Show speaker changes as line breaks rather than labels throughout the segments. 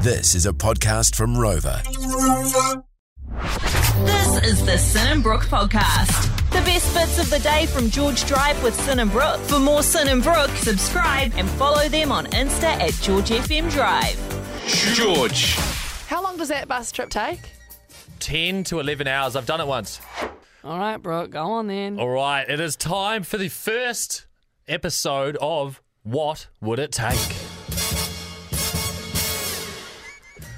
This is a podcast from Rover.
This is the Sin and Brooke podcast.
The best bits of the day from George Drive with Sin and Brooke. For more Sin and Brooke,
Subscribe.
and follow them on Insta at George FM Drive.
George.
How long does that bus trip take?
10 to 11 hours. I've done it once.
All right, Brooke, go on then.
All right, it is time for the first episode of What Would It Take?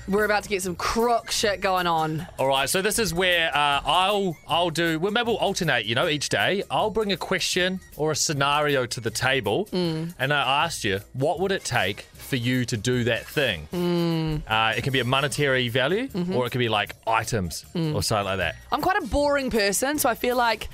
We're about to get some crook shit going on.
All right, so this is where uh, I'll I'll do. Well, maybe we'll alternate. You know, each day I'll bring a question or a scenario to the table, and I asked you, what would it take for you to do that thing? Uh, it can be a monetary value, or it could be like items or something like that.
I'm quite a boring person, so I feel like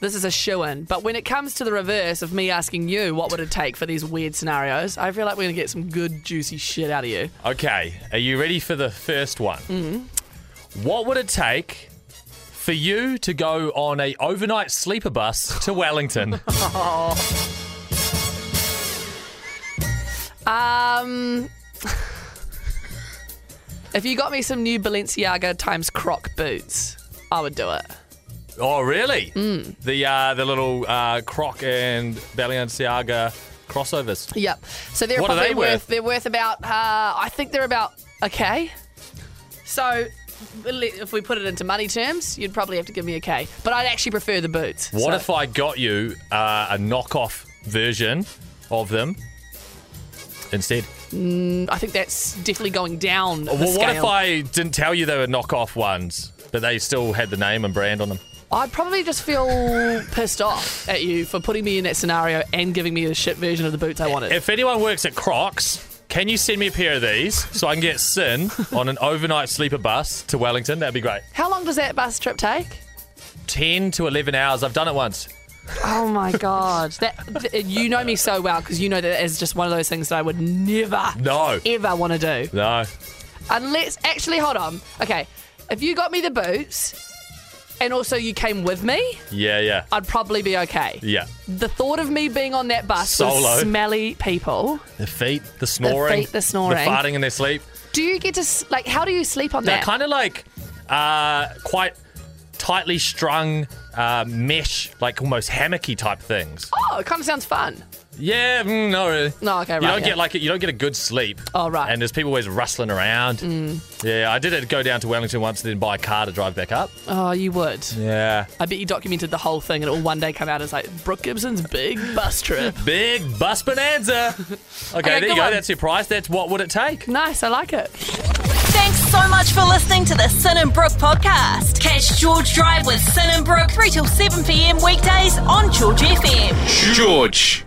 this is a shoe in. But when it comes to the reverse of me asking you what would it take for these weird scenarios, I feel like we're going to get some good, juicy shit out of you.
Okay, are you ready for the first one?
Mm-hmm.
What would it take for you to go on a overnight sleeper bus to Wellington?
Um. if you got me some new Balenciaga times croc boots, I would do it.
oh, really?
Mm.
The uh, the little uh, Croc and Balenciaga crossovers.
Yep. So they're
What are
probably
they worth?
worth? They're worth about. Uh, I think they're about a k. So if we put it into money terms, you'd probably have to give me a k. But I'd actually prefer the boots.
What if I got you uh, a knockoff version of them instead?
I think that's definitely going down. the
Well, what if
scale.
I didn't tell you they were knockoff ones, but they still had the name and brand on them?
I'd probably just feel pissed off at you for putting me in that scenario and giving me the shit version of the boots I wanted.
If anyone works at Crocs, can you send me a pair of these so I can get Sin on an overnight sleeper bus to Wellington? That'd be great.
How long does that bus trip take?
10 to 11 hours. I've done it once.
Oh my god! That th- you know me so well because you know that is just one of those things that I would never,
No.
ever want to do.
No.
Unless, actually, hold on. Okay, if you got me the boots and also you came with me,
Yeah, yeah.
I'd probably be okay.
Yeah.
The thought of me being on that bus
Solo.
with smelly people.
The feet, the snoring.
feet, the snoring.
The farting in their sleep.
Do you get to, s- like, how do you sleep on
They're
that?
kind of like uh, quite tightly strung uh, mesh, like almost hammocky type things.
oh, it kind of sounds fun.
Yeah, mm, no, really.
No, okay,
You
right,
don't
yeah.
get like you don't get a good sleep.
Oh, right. Mm.
And there's people always rustling around. Yeah, I did it go down to Wellington once, and then buy a car to drive back up.
Oh, you would.
Yeah,
I bet you documented the whole thing and it will one day come out as, like, Brooke Gibson's big bus trip.
big bus bonanza. Okay, there
good
you go.
one.
That's your price. That's what would it take?
nice, I like it.
Thanks so much for listening to the Sin and Brooke podcast. Catch George Drive with Sin and Brooke 3 till 7 p.m. weekdays on George FM.
George.